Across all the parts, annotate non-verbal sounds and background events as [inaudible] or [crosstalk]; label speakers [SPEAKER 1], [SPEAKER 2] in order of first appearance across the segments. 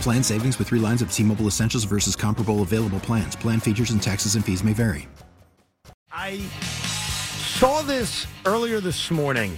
[SPEAKER 1] Plan savings with three lines of T Mobile Essentials versus comparable available plans. Plan features and taxes and fees may vary.
[SPEAKER 2] I saw this earlier this morning,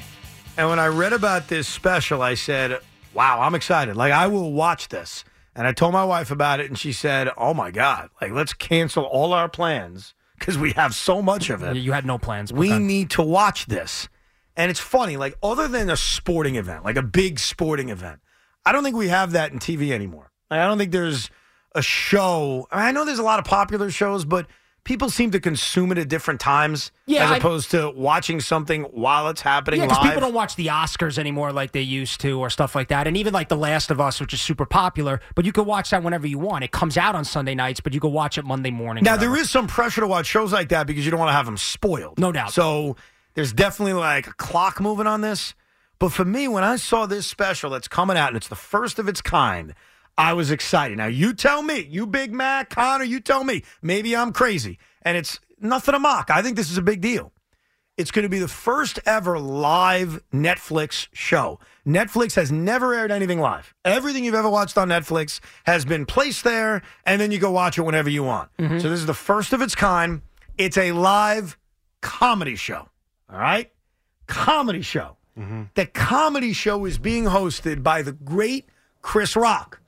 [SPEAKER 2] and when I read about this special, I said, "Wow, I'm excited! Like I will watch this." And I told my wife about it, and she said, "Oh my god! Like let's cancel all our plans because we have so much of it.
[SPEAKER 3] You had no plans.
[SPEAKER 2] we
[SPEAKER 3] Pukan.
[SPEAKER 2] need to watch this." And it's funny, like other than a sporting event, like a big sporting event, I don't think we have that in TV anymore. Like, I don't think there's a show. I know there's a lot of popular shows, but people seem to consume it at different times
[SPEAKER 3] Yeah,
[SPEAKER 2] as
[SPEAKER 3] I-
[SPEAKER 2] opposed to watching something while it's happening
[SPEAKER 3] Yeah,
[SPEAKER 2] live.
[SPEAKER 3] people don't watch the Oscars anymore like they used to, or stuff like that, and even like The Last of Us, which is super popular. But you can watch that whenever you want. It comes out on Sunday nights, but you can watch it Monday morning.
[SPEAKER 2] now,
[SPEAKER 3] whatever.
[SPEAKER 2] there is some pressure to watch shows like that because you don't want to have them spoiled.
[SPEAKER 3] No doubt.
[SPEAKER 2] So there's definitely like a clock moving on this. But for me, when I saw this special that's coming out and it's the first of its kind, I was excited. Now, you tell me, you Big Mac, Connor, you tell me. Maybe I'm crazy. And it's nothing to mock. I think this is a big deal. It's going to be the first ever live Netflix show. Netflix has never aired anything live. Everything you've ever watched on Netflix has been placed there, and then you go watch it whenever you want.
[SPEAKER 3] Mm-hmm.
[SPEAKER 2] So, this is the first of its kind. It's a live comedy show. All right? Comedy show.
[SPEAKER 4] Mm-hmm.
[SPEAKER 2] The comedy show is being hosted by the great Chris Rock.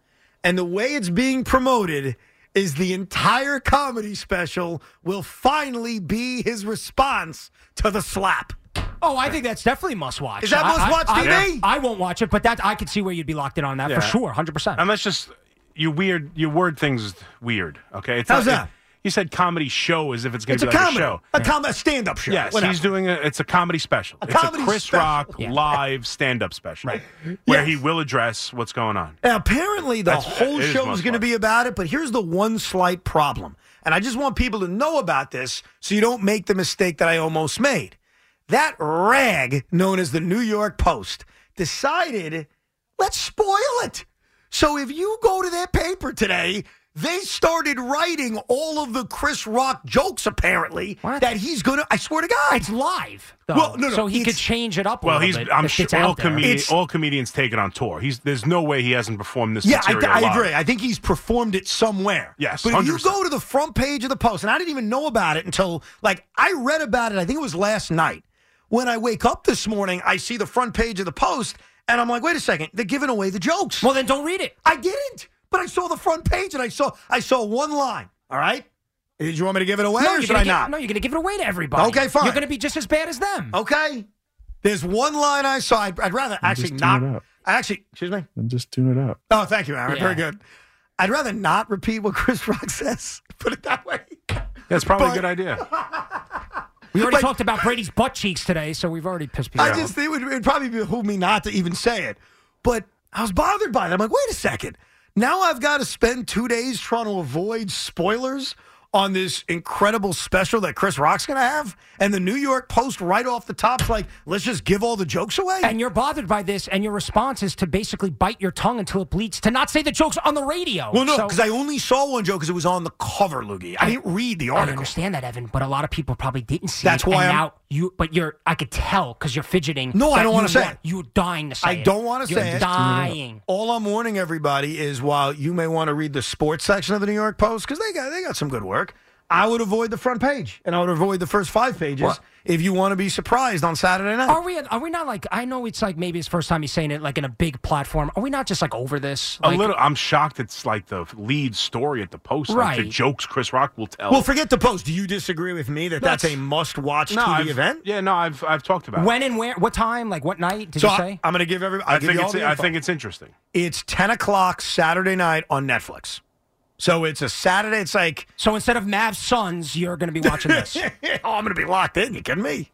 [SPEAKER 2] And the way it's being promoted is the entire comedy special will finally be his response to the slap.
[SPEAKER 3] Oh, I think that's definitely must watch.
[SPEAKER 2] Is that
[SPEAKER 3] I-
[SPEAKER 2] must
[SPEAKER 3] I-
[SPEAKER 2] watch
[SPEAKER 3] I,
[SPEAKER 2] TV?
[SPEAKER 3] I, won't watch it, but that I could see where you'd be locked in on that
[SPEAKER 4] Yeah.
[SPEAKER 3] for sure, hundred percent.
[SPEAKER 4] And that's just you weird. You word things weird. Okay, it's
[SPEAKER 2] How's
[SPEAKER 4] not-
[SPEAKER 2] that?
[SPEAKER 4] you said comedy show as if it's going
[SPEAKER 2] It's
[SPEAKER 4] to
[SPEAKER 2] a
[SPEAKER 4] be like
[SPEAKER 2] comedy.
[SPEAKER 4] a show.
[SPEAKER 2] A, com- a stand up show.
[SPEAKER 4] Yes,
[SPEAKER 2] Whatever.
[SPEAKER 4] he's doing a. It's a comedy special.
[SPEAKER 2] A
[SPEAKER 4] it's
[SPEAKER 2] comedy
[SPEAKER 4] a Chris
[SPEAKER 2] special.
[SPEAKER 4] Rock
[SPEAKER 3] Yeah.
[SPEAKER 4] live stand-up special, Where
[SPEAKER 2] Yes.
[SPEAKER 4] he will address what's going on.
[SPEAKER 2] And apparently, the
[SPEAKER 4] That's-
[SPEAKER 2] whole
[SPEAKER 4] it is
[SPEAKER 2] show
[SPEAKER 4] must
[SPEAKER 2] is going to
[SPEAKER 4] watch.
[SPEAKER 2] be about it, but here's the one slight problem. And I just want people to know about this so you don't make the mistake that I almost made. That rag known as the New York Post decided, let's spoil it. So if you go to their paper today, they started writing all of the Chris Rock jokes, apparently,
[SPEAKER 3] What?
[SPEAKER 2] that he's going to, I swear to God.
[SPEAKER 3] it's live, though,
[SPEAKER 2] Well, no, no,
[SPEAKER 3] so he could
[SPEAKER 2] it's-
[SPEAKER 3] change it up. A
[SPEAKER 4] Well,
[SPEAKER 3] little
[SPEAKER 4] he's.
[SPEAKER 3] bit
[SPEAKER 4] I'm
[SPEAKER 3] if
[SPEAKER 4] sure
[SPEAKER 3] it's
[SPEAKER 4] all,
[SPEAKER 3] out there.
[SPEAKER 4] comedi-
[SPEAKER 2] It's-
[SPEAKER 4] all comedians take it on tour. He's. There's no way he hasn't performed this.
[SPEAKER 2] Yeah, I,
[SPEAKER 4] material
[SPEAKER 2] I
[SPEAKER 4] live.
[SPEAKER 2] agree. I think he's performed it somewhere.
[SPEAKER 4] Yes,
[SPEAKER 2] But if you
[SPEAKER 4] 100%.
[SPEAKER 2] go to the front page of the Post, and I didn't even know about it until, like, I read about it, I think it was last night. When I wake up this morning, I see the front page of the Post, and I'm like, wait a second, they're giving away the jokes.
[SPEAKER 3] well, then don't read it.
[SPEAKER 2] I didn't, but I saw the front page, and I saw I saw one line. All right? Did you want me to give it away,
[SPEAKER 3] No,
[SPEAKER 2] or
[SPEAKER 3] you're
[SPEAKER 2] should
[SPEAKER 3] gonna
[SPEAKER 2] I
[SPEAKER 3] gi-
[SPEAKER 2] not?
[SPEAKER 3] no, you're going to give it away to everybody.
[SPEAKER 2] Okay, fine. Oh,
[SPEAKER 3] You're going to be just as bad as them.
[SPEAKER 2] Okay? There's one line I saw. I'd, I'd rather actually
[SPEAKER 5] just
[SPEAKER 2] not.
[SPEAKER 5] tune it out.
[SPEAKER 2] I actually, excuse me?
[SPEAKER 5] Then just tune it out.
[SPEAKER 2] Oh, thank you, Aaron.
[SPEAKER 3] Yeah.
[SPEAKER 2] Very good. I'd rather not repeat what Chris Rock [laughs] says. Put it that way.
[SPEAKER 4] That's probably
[SPEAKER 2] But-
[SPEAKER 4] a good idea.
[SPEAKER 3] We already
[SPEAKER 2] But-
[SPEAKER 3] talked about Brady's butt cheeks today, so we've already pissed people
[SPEAKER 2] I
[SPEAKER 3] off.
[SPEAKER 2] just it would it'd probably behoove me not to even say it. But I was bothered by it. I'm like, wait a second. Now I've got to spend two days trying to avoid spoilers on this incredible special that Chris Rock's going to have, and the New York Post right off the top's like, let's just give all the jokes away.
[SPEAKER 3] and you're bothered by this, and your response is to basically bite your tongue until it bleeds, to not say the jokes on the radio.
[SPEAKER 2] well, no,
[SPEAKER 3] So-
[SPEAKER 2] because I only saw one joke because it was on the cover, Loogie. I didn't read the
[SPEAKER 3] I
[SPEAKER 2] article.
[SPEAKER 3] understand that, Evan, but a lot of people probably didn't see.
[SPEAKER 2] That's
[SPEAKER 3] it,
[SPEAKER 2] why
[SPEAKER 3] and
[SPEAKER 2] I'm-
[SPEAKER 3] now you. But you're. I could tell because you're fidgeting.
[SPEAKER 2] No, I
[SPEAKER 3] that
[SPEAKER 2] don't wanna
[SPEAKER 3] you
[SPEAKER 2] say
[SPEAKER 3] want-
[SPEAKER 2] it.
[SPEAKER 3] You're dying to say.
[SPEAKER 2] I
[SPEAKER 3] it.
[SPEAKER 2] don't wanna
[SPEAKER 3] You're
[SPEAKER 2] say it.
[SPEAKER 3] Dying.
[SPEAKER 2] All I'm warning everybody is while you may want to read the sports section of the New York Post because they got they got some good work. I would avoid the front page and I would avoid the first five pages
[SPEAKER 3] What?
[SPEAKER 2] if you want to be surprised on Saturday night.
[SPEAKER 3] Are we? Are we not like? I know it's like maybe his first time he's saying it like in a big platform. Are we not just like over this?
[SPEAKER 4] A
[SPEAKER 3] Like,
[SPEAKER 4] little. I'm shocked. It's like the lead story at the post. Like the
[SPEAKER 3] Right.
[SPEAKER 4] jokes Chris Rock will tell.
[SPEAKER 2] Well, forget the post. Do you disagree with me that that's,
[SPEAKER 4] That's-
[SPEAKER 2] a must-watch
[SPEAKER 4] no,
[SPEAKER 2] TV
[SPEAKER 4] I've-
[SPEAKER 2] event?
[SPEAKER 4] Yeah, no, I've I've talked about. it.
[SPEAKER 3] When and where? What time? Like what night? Did
[SPEAKER 2] So
[SPEAKER 3] you
[SPEAKER 2] I,
[SPEAKER 3] say?
[SPEAKER 2] I'm going to give everybody.
[SPEAKER 4] I think it's I think it's interesting.
[SPEAKER 2] it's 10 o'clock Saturday night on Netflix. So it's a Saturday. It's
[SPEAKER 4] [laughs]
[SPEAKER 2] like,
[SPEAKER 3] so instead of Mavs Suns, you're going to be
[SPEAKER 2] [laughs]
[SPEAKER 3] watching this.
[SPEAKER 2] oh, I'm going to be locked in. You kidding me?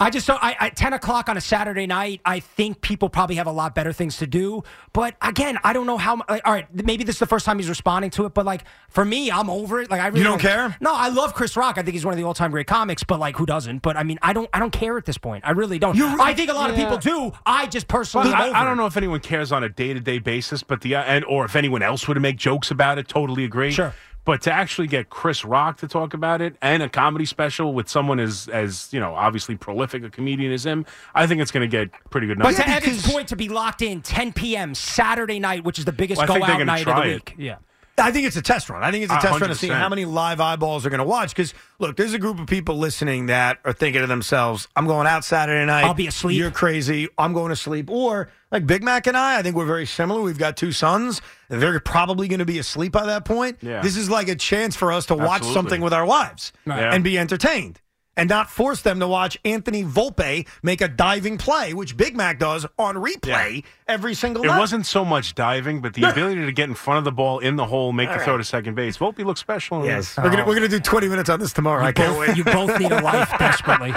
[SPEAKER 3] I just don't. I, at ten o'clock on a Saturday night, I think people probably have a lot better things to do. But again, I don't know how. mu- Like, all right, maybe this is the first time he's responding to it. But like for me, I'm over it. Like I really
[SPEAKER 2] You don't care?
[SPEAKER 3] No, I love Chris Rock. I think he's one of the all time great comics. But like, who doesn't? But I mean, I don't. I don't care at this point. I really don't.
[SPEAKER 2] You re-
[SPEAKER 3] I think a lot of people do. I just personally.
[SPEAKER 4] Well,
[SPEAKER 3] am over
[SPEAKER 4] I, I
[SPEAKER 3] it.
[SPEAKER 4] don't know if anyone cares on a day to day basis, but the and or if anyone else were to make jokes about it, totally agree.
[SPEAKER 3] Sure.
[SPEAKER 4] But to actually get Chris Rock to talk about it and a comedy special with someone as as you know obviously prolific a comedian as him, I think it's going to get pretty good
[SPEAKER 3] But
[SPEAKER 4] numbers.
[SPEAKER 3] to Evan's point, to be locked in 10 p.m. Saturday night, which is the biggest
[SPEAKER 4] Well, I
[SPEAKER 3] go
[SPEAKER 4] think they're
[SPEAKER 3] out
[SPEAKER 4] gonna
[SPEAKER 3] night of
[SPEAKER 4] try
[SPEAKER 3] the
[SPEAKER 4] it.
[SPEAKER 3] week. Yeah.
[SPEAKER 2] I think it's a test run. I think it's a
[SPEAKER 4] Uh,
[SPEAKER 2] test run to see
[SPEAKER 4] 100%.
[SPEAKER 2] how many live eyeballs are going to watch. Because look, there's a group of people listening that are thinking to themselves, "I'm going out Saturday night.
[SPEAKER 3] I'll be asleep.
[SPEAKER 2] You're crazy. I'm going to sleep." Or like Big Mac and I, I think we're very similar. We've got two sons. They're probably going to be asleep by that point.
[SPEAKER 4] Yeah.
[SPEAKER 2] This is like a chance for us to watch
[SPEAKER 4] Absolutely.
[SPEAKER 2] something with our wives
[SPEAKER 3] Right.
[SPEAKER 4] Yeah.
[SPEAKER 2] and be entertained. And not force them to watch Anthony Volpe make a diving play, which Big Mac does on replay every single
[SPEAKER 4] It
[SPEAKER 2] night.
[SPEAKER 4] wasn't so much diving, but the ability to get in front of the ball in the hole, make the throw to second base. Volpe looks special. in
[SPEAKER 2] Yes,
[SPEAKER 4] this.
[SPEAKER 2] we're gonna, we're gonna do 20 minutes on this tomorrow. I can't
[SPEAKER 3] Both-
[SPEAKER 2] wait.
[SPEAKER 3] Oh. [laughs] You both need a life
[SPEAKER 4] [laughs]
[SPEAKER 3] desperately.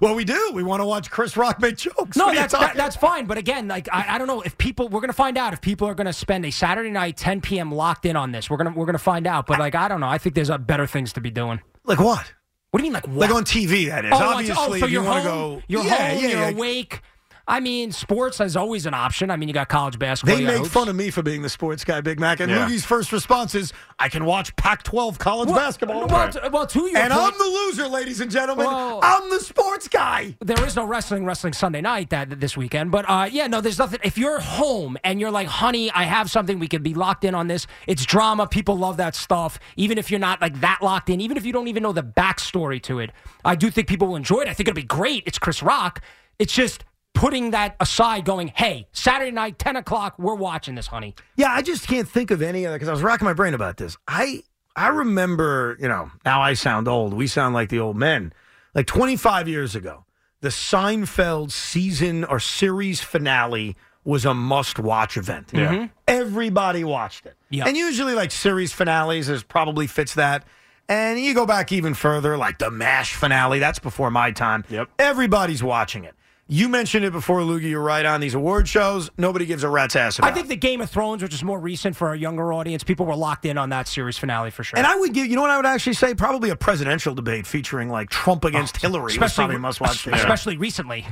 [SPEAKER 2] Well, we do. We want to watch Chris Rock make jokes.
[SPEAKER 3] No,
[SPEAKER 2] What are you
[SPEAKER 3] that's
[SPEAKER 2] talking-
[SPEAKER 3] that, that's fine. But again, like I, I don't know if people we're gonna find out if people are gonna spend a Saturday night 10 p.m. locked in on this. We're gonna we're gonna find out. But like I don't know. I think there's uh, better things to be doing.
[SPEAKER 2] like what?
[SPEAKER 3] What do you mean like what?
[SPEAKER 2] Like on TV, that is.
[SPEAKER 3] oh, like-
[SPEAKER 2] Obviously,
[SPEAKER 3] oh, so
[SPEAKER 2] if
[SPEAKER 3] you're
[SPEAKER 2] you
[SPEAKER 3] home.
[SPEAKER 2] want to go.
[SPEAKER 3] You're
[SPEAKER 2] yeah,
[SPEAKER 3] home.
[SPEAKER 2] Yeah,
[SPEAKER 3] you're
[SPEAKER 2] yeah.
[SPEAKER 3] awake. I mean, sports is always an option. I mean, you got college basketball.
[SPEAKER 2] They
[SPEAKER 3] you got
[SPEAKER 2] make
[SPEAKER 3] hoops.
[SPEAKER 2] fun of me for being the sports guy, Big Mac. And
[SPEAKER 4] Yeah.
[SPEAKER 2] Moogie's first response is, "I can watch Pac-12 college
[SPEAKER 3] Well,
[SPEAKER 2] basketball."
[SPEAKER 3] Well, t- well, to your
[SPEAKER 2] and
[SPEAKER 3] point,
[SPEAKER 2] I'm the loser, ladies and gentlemen.
[SPEAKER 3] Well-
[SPEAKER 2] I'm the sports guy.
[SPEAKER 3] there is no wrestling wrestling Sunday night that this weekend, but uh, yeah, no, there's nothing. If you're home and you're like, honey, I have something, we could be locked in on this. It's drama. People love that stuff. Even if you're not like that locked in, even if you don't even know the backstory to it, I do think people will enjoy it. I think it'll be great. It's Chris Rock. It's just putting that aside, going, hey, Saturday night, ten o'clock, we're watching this, honey.
[SPEAKER 2] Yeah, I just can't think of any other because I was racking my brain about this. I I remember, you know, now I sound old. We sound like the old men. Like 25 years ago, the Seinfeld season or series finale was a must-watch event.
[SPEAKER 4] Yeah. Mhm.
[SPEAKER 2] Everybody watched it.
[SPEAKER 3] Yeah.
[SPEAKER 2] And usually like series finales is probably fits that. And you go back even further, like the MASH finale. That's before my time.
[SPEAKER 4] Yep.
[SPEAKER 2] Everybody's watching it. You mentioned it before, Lugie. You're right on these award shows. Nobody gives a rat's ass about
[SPEAKER 3] I think the Game of Thrones, which is more recent for a younger audience, people were locked in on that series finale for sure.
[SPEAKER 2] And I would give, you know what I would actually say? Probably a presidential debate featuring like Trump against Hillary. was probably must watch.
[SPEAKER 3] Oh, [laughs] especially recently.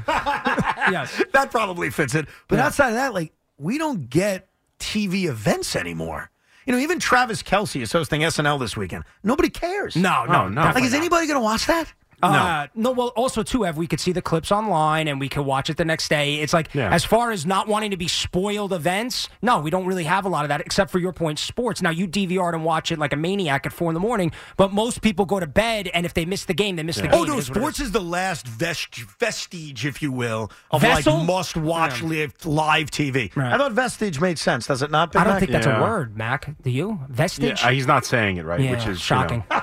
[SPEAKER 3] yes.
[SPEAKER 2] That probably fits it. But outside of that, like, we don't get TV events anymore. You know, even Travis Kelsey is hosting SNL this weekend. Nobody cares.
[SPEAKER 3] No, no, no.
[SPEAKER 4] no.
[SPEAKER 2] Like, is anybody going to watch that?
[SPEAKER 3] Uh, no. well, also too, Ev, we could see the clips online and we could watch it the next day. It's like
[SPEAKER 4] Yeah.
[SPEAKER 3] as far as not wanting to be spoiled events, no, we don't really have a lot of that, except for your point, sports. Now you DVR and watch it like a maniac at four in the morning, but most people go to bed and if they miss the game, they miss the game.
[SPEAKER 2] Oh, no,
[SPEAKER 3] It is what it
[SPEAKER 2] sports
[SPEAKER 3] is.
[SPEAKER 2] is the last vest- vestige, if you will, of
[SPEAKER 3] Vessel?
[SPEAKER 2] like must watch live, live TV.
[SPEAKER 3] Right.
[SPEAKER 2] I thought vestige made sense. Does it not? Big
[SPEAKER 3] I don't
[SPEAKER 2] Mac?
[SPEAKER 3] think that's
[SPEAKER 4] Yeah.
[SPEAKER 3] a word, Mac. Do you
[SPEAKER 4] Yeah,
[SPEAKER 3] vestige?
[SPEAKER 4] uh, he's not saying it right,
[SPEAKER 3] Yeah,
[SPEAKER 4] which is
[SPEAKER 3] shocking.
[SPEAKER 4] You know,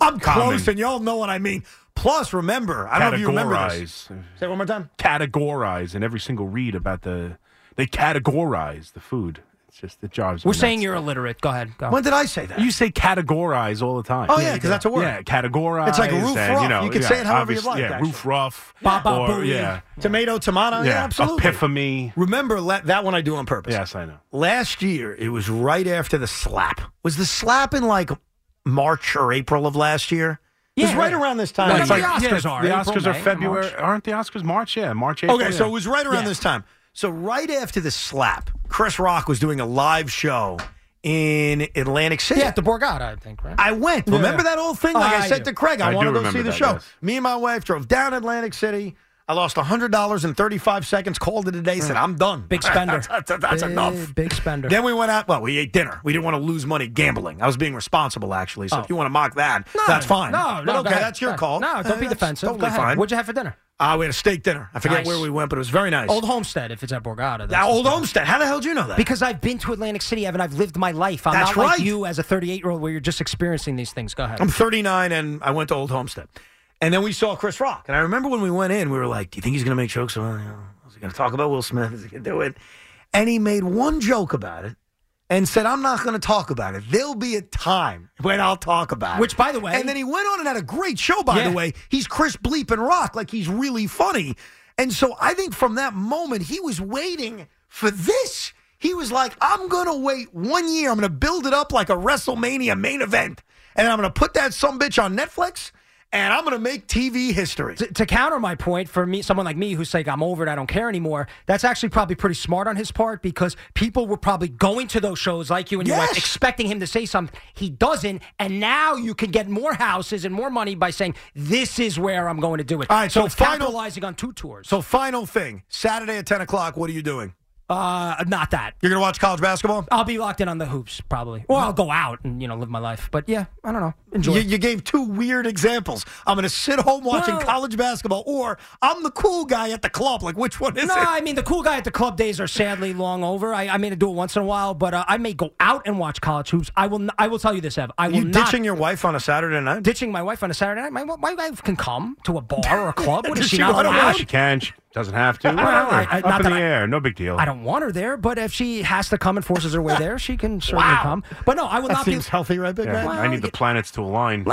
[SPEAKER 2] I'm
[SPEAKER 4] Common.
[SPEAKER 2] close, and y'all know what I mean. Plus, remember, I don't know if you remember this.
[SPEAKER 4] categorize.
[SPEAKER 2] Say it one more time.
[SPEAKER 4] categorize in every single read about the they categorize the food. It's just it drives. me
[SPEAKER 3] We're saying
[SPEAKER 4] nuts.
[SPEAKER 3] you're illiterate. Go ahead. Go.
[SPEAKER 2] When did I say that?
[SPEAKER 4] [laughs] You say categorize all the time.
[SPEAKER 2] Oh, yeah, 'cause that's a word.
[SPEAKER 4] Yeah, categorize.
[SPEAKER 2] It's like roof
[SPEAKER 4] and,
[SPEAKER 2] rough.
[SPEAKER 4] You, know,
[SPEAKER 2] You can
[SPEAKER 4] yeah,
[SPEAKER 2] say it however you
[SPEAKER 4] obviously-
[SPEAKER 2] like,
[SPEAKER 4] Yeah,
[SPEAKER 2] actually.
[SPEAKER 4] roof rough.
[SPEAKER 3] Ba, ba,
[SPEAKER 4] or,
[SPEAKER 3] booey.
[SPEAKER 4] yeah,
[SPEAKER 2] tomato, tomato. Yeah,
[SPEAKER 4] yeah,
[SPEAKER 2] absolutely.
[SPEAKER 4] Epiphany.
[SPEAKER 2] Remember la- that one I do on purpose.
[SPEAKER 4] Yes, I know.
[SPEAKER 2] Last year, it was right after the slap. Was the slap in like March or April of last year? It was
[SPEAKER 3] Yeah.
[SPEAKER 2] right around this time.
[SPEAKER 3] No,
[SPEAKER 2] It's
[SPEAKER 3] Uh, the
[SPEAKER 2] like-
[SPEAKER 3] Oscars are,
[SPEAKER 4] The
[SPEAKER 3] April,
[SPEAKER 4] Oscars
[SPEAKER 3] May,
[SPEAKER 4] are February.
[SPEAKER 3] March.
[SPEAKER 4] Aren't the Oscars March? Yeah, March. April,
[SPEAKER 2] Okay, so
[SPEAKER 4] yeah.
[SPEAKER 2] it was right around
[SPEAKER 3] Yeah.
[SPEAKER 2] this time. So right after the slap, Chris Rock was doing a live show in Atlantic City.
[SPEAKER 3] yeah, at the Borgata, I think. Right.
[SPEAKER 2] I went. Remember that old thing? Like I,
[SPEAKER 3] Ah, I
[SPEAKER 2] said
[SPEAKER 3] do.
[SPEAKER 2] to Craig, I,
[SPEAKER 4] I
[SPEAKER 2] want
[SPEAKER 4] do
[SPEAKER 2] to go see
[SPEAKER 4] remember
[SPEAKER 2] the
[SPEAKER 4] that,
[SPEAKER 2] show.
[SPEAKER 4] yes.
[SPEAKER 2] Me and my wife drove down Atlantic City. I lost $100 in 35 seconds, called it a day, said, I'm done. [laughs]
[SPEAKER 3] Mm. Big spender.
[SPEAKER 2] that's that's
[SPEAKER 3] Big-
[SPEAKER 2] enough.
[SPEAKER 3] Big spender.
[SPEAKER 2] Then we went out. Well, we ate dinner. We didn't want to lose money gambling. I was being responsible, actually. So if you want to mock that, that's fine.
[SPEAKER 3] Oh. No, no,
[SPEAKER 2] But
[SPEAKER 3] go
[SPEAKER 2] okay,
[SPEAKER 3] ahead.
[SPEAKER 2] that's your
[SPEAKER 3] Go-
[SPEAKER 2] call.
[SPEAKER 3] No,
[SPEAKER 2] Uh,
[SPEAKER 3] don't be
[SPEAKER 2] that's
[SPEAKER 3] defensive.
[SPEAKER 2] Totally
[SPEAKER 3] Go ahead.
[SPEAKER 2] fine.
[SPEAKER 3] What'd you have for dinner?
[SPEAKER 2] Uh, we had a steak dinner. I forget
[SPEAKER 3] Nice.
[SPEAKER 2] where we went, but it was very nice.
[SPEAKER 3] Old Homestead, if it's at Borgata.
[SPEAKER 2] Yeah,
[SPEAKER 3] that's
[SPEAKER 2] old
[SPEAKER 3] what's-
[SPEAKER 2] Homestead. How the hell do you know that?
[SPEAKER 3] Because I've been to Atlantic City, Evan. I've lived my life. I'm
[SPEAKER 2] That's
[SPEAKER 3] not like
[SPEAKER 2] right.
[SPEAKER 3] you as a 38 year old where you're just experiencing these things. Go ahead.
[SPEAKER 2] I'm 39 and I went to Old Homestead. And then we saw Chris Rock. And I remember when we went in, we were like, do you think he's going to make jokes about, you know, is he going to talk about Will Smith? Is he going to do it? And he made one joke about it and said, I'm not going to talk about it. There'll be a time when I'll talk about it.
[SPEAKER 3] Which, by the way-
[SPEAKER 2] And then he went on and had a great show, by
[SPEAKER 3] Yeah.
[SPEAKER 2] the way. He's Chris Bleep and Rock. Like, he's really funny. And so I think from that moment, he was waiting for this. He was like, I'm going to wait one year. I'm going to build it up like a WrestleMania main event. And I'm going to put that some bitch on Netflix and I'm going to make TV history.
[SPEAKER 3] to, to counter my point, for me, someone like me who's like, I'm over it, I don't care anymore, that's actually probably pretty smart on his part because people were probably going to those shows like you and your
[SPEAKER 2] Yes.
[SPEAKER 3] wife expecting him to say something. He doesn't. And now you can get more houses and more money by saying, this is where I'm going to do it.
[SPEAKER 2] All right, so
[SPEAKER 3] it's
[SPEAKER 2] final-
[SPEAKER 3] capitalizing on two tours.
[SPEAKER 2] So, final thing Saturday at 10 o'clock, what are you doing?
[SPEAKER 3] uh, not that.
[SPEAKER 2] You're going to watch college basketball?
[SPEAKER 3] I'll be locked in on the hoops probably. Or I'll go out and, you know, live my life. But yeah, I don't know. Enjoy.
[SPEAKER 2] You, you gave two weird examples. I'm going to sit home watching
[SPEAKER 3] Well-
[SPEAKER 2] college basketball, or I'm the cool guy at the club. Like, which one is
[SPEAKER 3] No,
[SPEAKER 2] it?
[SPEAKER 3] I mean the cool guy at the club days are sadly long over. I, I mean to do it once in a while, but uh, I may go out and watch college hoops. I will. n- I will tell you this, Ev. I will
[SPEAKER 2] you
[SPEAKER 3] not
[SPEAKER 2] ditching your wife on a Saturday night?
[SPEAKER 3] ditching my wife on a Saturday night. My, my wife can come to a bar
[SPEAKER 2] [laughs]
[SPEAKER 3] or a club. What is
[SPEAKER 2] Does
[SPEAKER 3] [laughs] she,
[SPEAKER 2] she
[SPEAKER 3] not
[SPEAKER 2] wanna
[SPEAKER 3] allowed?
[SPEAKER 2] watch?
[SPEAKER 4] She can. She doesn't have to.
[SPEAKER 3] Well, I-
[SPEAKER 4] Whatever.
[SPEAKER 3] I- not
[SPEAKER 4] Up in
[SPEAKER 3] that
[SPEAKER 4] the
[SPEAKER 3] I-
[SPEAKER 4] air. No big deal.
[SPEAKER 3] I don't want her there, but if she has to come and forces her way there, she
[SPEAKER 2] [laughs]
[SPEAKER 3] can certainly come. But no, I will
[SPEAKER 2] That
[SPEAKER 3] not
[SPEAKER 2] seems
[SPEAKER 3] be.
[SPEAKER 2] healthy, right, Big
[SPEAKER 4] Yeah,
[SPEAKER 2] Man?
[SPEAKER 3] Well,
[SPEAKER 4] I need the
[SPEAKER 3] you-
[SPEAKER 4] planets to align.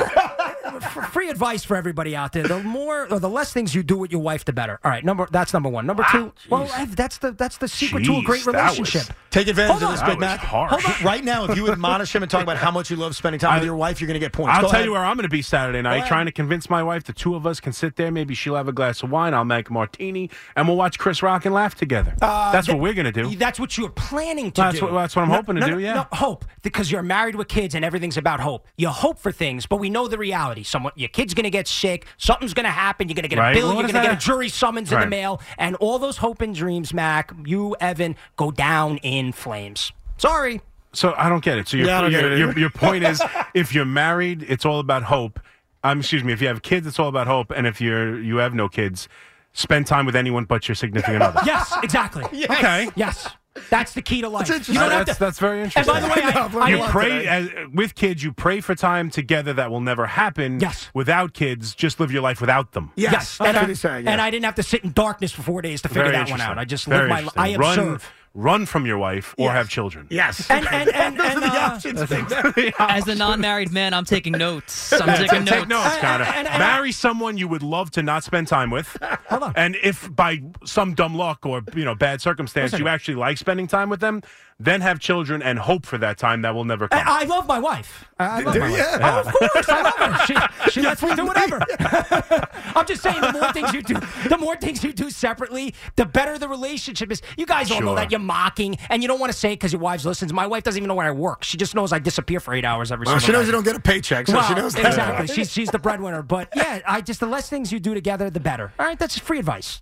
[SPEAKER 3] f- free advice for everybody out there: the more or the less things you do with your wife, the better. All right, number that's number one. Number two, well, Ev, that's the that's the secret to a
[SPEAKER 4] Jeez,
[SPEAKER 3] great
[SPEAKER 4] that was-
[SPEAKER 3] relationship.
[SPEAKER 2] Take advantage
[SPEAKER 3] Hold
[SPEAKER 2] of
[SPEAKER 3] on.
[SPEAKER 2] this,
[SPEAKER 3] That
[SPEAKER 2] Big
[SPEAKER 4] was
[SPEAKER 2] Mac.
[SPEAKER 4] harsh.
[SPEAKER 2] Hold on. Right now, if you admonish him and talk about how much you love spending time with
[SPEAKER 4] I-
[SPEAKER 2] your wife, you're going to get points.
[SPEAKER 4] I'll
[SPEAKER 2] Go
[SPEAKER 4] tell
[SPEAKER 2] ahead.
[SPEAKER 4] you where I'm going to be Saturday night,
[SPEAKER 2] ahead.
[SPEAKER 4] trying to convince my wife the two of us can sit there. Maybe she'll have a glass of wine. I'll make a martini, and we'll watch Chris Rock and laugh together. that's what we're going to do.
[SPEAKER 3] That's what you're planning to
[SPEAKER 4] That's
[SPEAKER 3] do.
[SPEAKER 4] what- that's what I'm
[SPEAKER 3] No-
[SPEAKER 4] hoping to
[SPEAKER 3] no,
[SPEAKER 4] do,
[SPEAKER 3] no,
[SPEAKER 4] yeah.
[SPEAKER 3] no, hope because you're married with kids and everything's about hope. You hope for things, but we know the reality. Someone, your kid's going to get sick. Something's going to happen. You're going to get
[SPEAKER 4] Right.
[SPEAKER 3] a bill.
[SPEAKER 4] Well, what
[SPEAKER 3] you're
[SPEAKER 4] is
[SPEAKER 3] going to get
[SPEAKER 4] that?
[SPEAKER 3] a jury summons in
[SPEAKER 4] Right.
[SPEAKER 3] the mail, and all those hope and dreams, Mac, you, Evan, go down in flames. Sorry.
[SPEAKER 4] so I don't get it. So your,
[SPEAKER 2] Yeah, I don't get
[SPEAKER 4] your,
[SPEAKER 2] it
[SPEAKER 4] your-
[SPEAKER 2] either.
[SPEAKER 4] your point is, if you're married, it's all about hope. Um, excuse me. If you have kids, it's all about hope, and if you're you have no kids, spend time with anyone but your significant other.
[SPEAKER 3] Yes, exactly.
[SPEAKER 4] Okay.
[SPEAKER 3] Yes, that's the key to life.
[SPEAKER 2] That's
[SPEAKER 3] You don't have
[SPEAKER 4] That's,
[SPEAKER 3] to-
[SPEAKER 4] that's very
[SPEAKER 3] And
[SPEAKER 4] interesting.
[SPEAKER 3] by the way, I,
[SPEAKER 2] No,
[SPEAKER 3] I-
[SPEAKER 2] learned
[SPEAKER 4] you
[SPEAKER 2] a lot
[SPEAKER 4] pray
[SPEAKER 2] today.
[SPEAKER 4] as, with kids. You pray for time together that will never happen.
[SPEAKER 3] Yes.
[SPEAKER 4] Without kids, just live your life without them.
[SPEAKER 2] Yes,
[SPEAKER 3] Yes,
[SPEAKER 2] that's
[SPEAKER 3] and,
[SPEAKER 2] what
[SPEAKER 3] I,
[SPEAKER 2] he's saying. yeah.
[SPEAKER 3] and I didn't have to sit in darkness for four days to figure
[SPEAKER 4] Very
[SPEAKER 3] that one
[SPEAKER 4] interesting.
[SPEAKER 3] out. I just
[SPEAKER 4] Very
[SPEAKER 3] live my. I
[SPEAKER 4] interesting. run,
[SPEAKER 3] observe.
[SPEAKER 4] run from your wife or have children.
[SPEAKER 2] yes.
[SPEAKER 3] And and and,
[SPEAKER 2] [laughs] Those
[SPEAKER 3] and,
[SPEAKER 2] are the
[SPEAKER 3] uh,
[SPEAKER 2] options, Big Mac.
[SPEAKER 3] [laughs]
[SPEAKER 5] As a non-married man, I'm taking notes. I'm taking notes.
[SPEAKER 4] Take notes,
[SPEAKER 3] And-
[SPEAKER 4] Connor.
[SPEAKER 3] and- and-
[SPEAKER 4] Marry someone you would love to not spend
[SPEAKER 3] [laughs]
[SPEAKER 4] time with.
[SPEAKER 3] Hold on.
[SPEAKER 4] And if by some dumb luck or you know bad circumstance you actually like spending time with them, then have children and hope for that time that will never come.
[SPEAKER 3] I, I love my wife. I I love my
[SPEAKER 2] Yeah.
[SPEAKER 3] wife. Oh, of course, I love her. She, she lets me do whatever. I'm just saying, the more things you do, the more things you do separately, the better the relationship is. You guys all know
[SPEAKER 4] Sure.
[SPEAKER 3] that you're mocking, and you don't want to say it because your wife listens. My wife doesn't even know where I work. She just knows I disappear for eight hours every.
[SPEAKER 2] Well,
[SPEAKER 3] single
[SPEAKER 2] she knows
[SPEAKER 3] night.
[SPEAKER 2] you don't get a paycheck, so
[SPEAKER 3] well,
[SPEAKER 2] she knows that.
[SPEAKER 3] exactly. She's she's the breadwinner, but yeah, I just the less things you do together, the better. All right, that's free advice.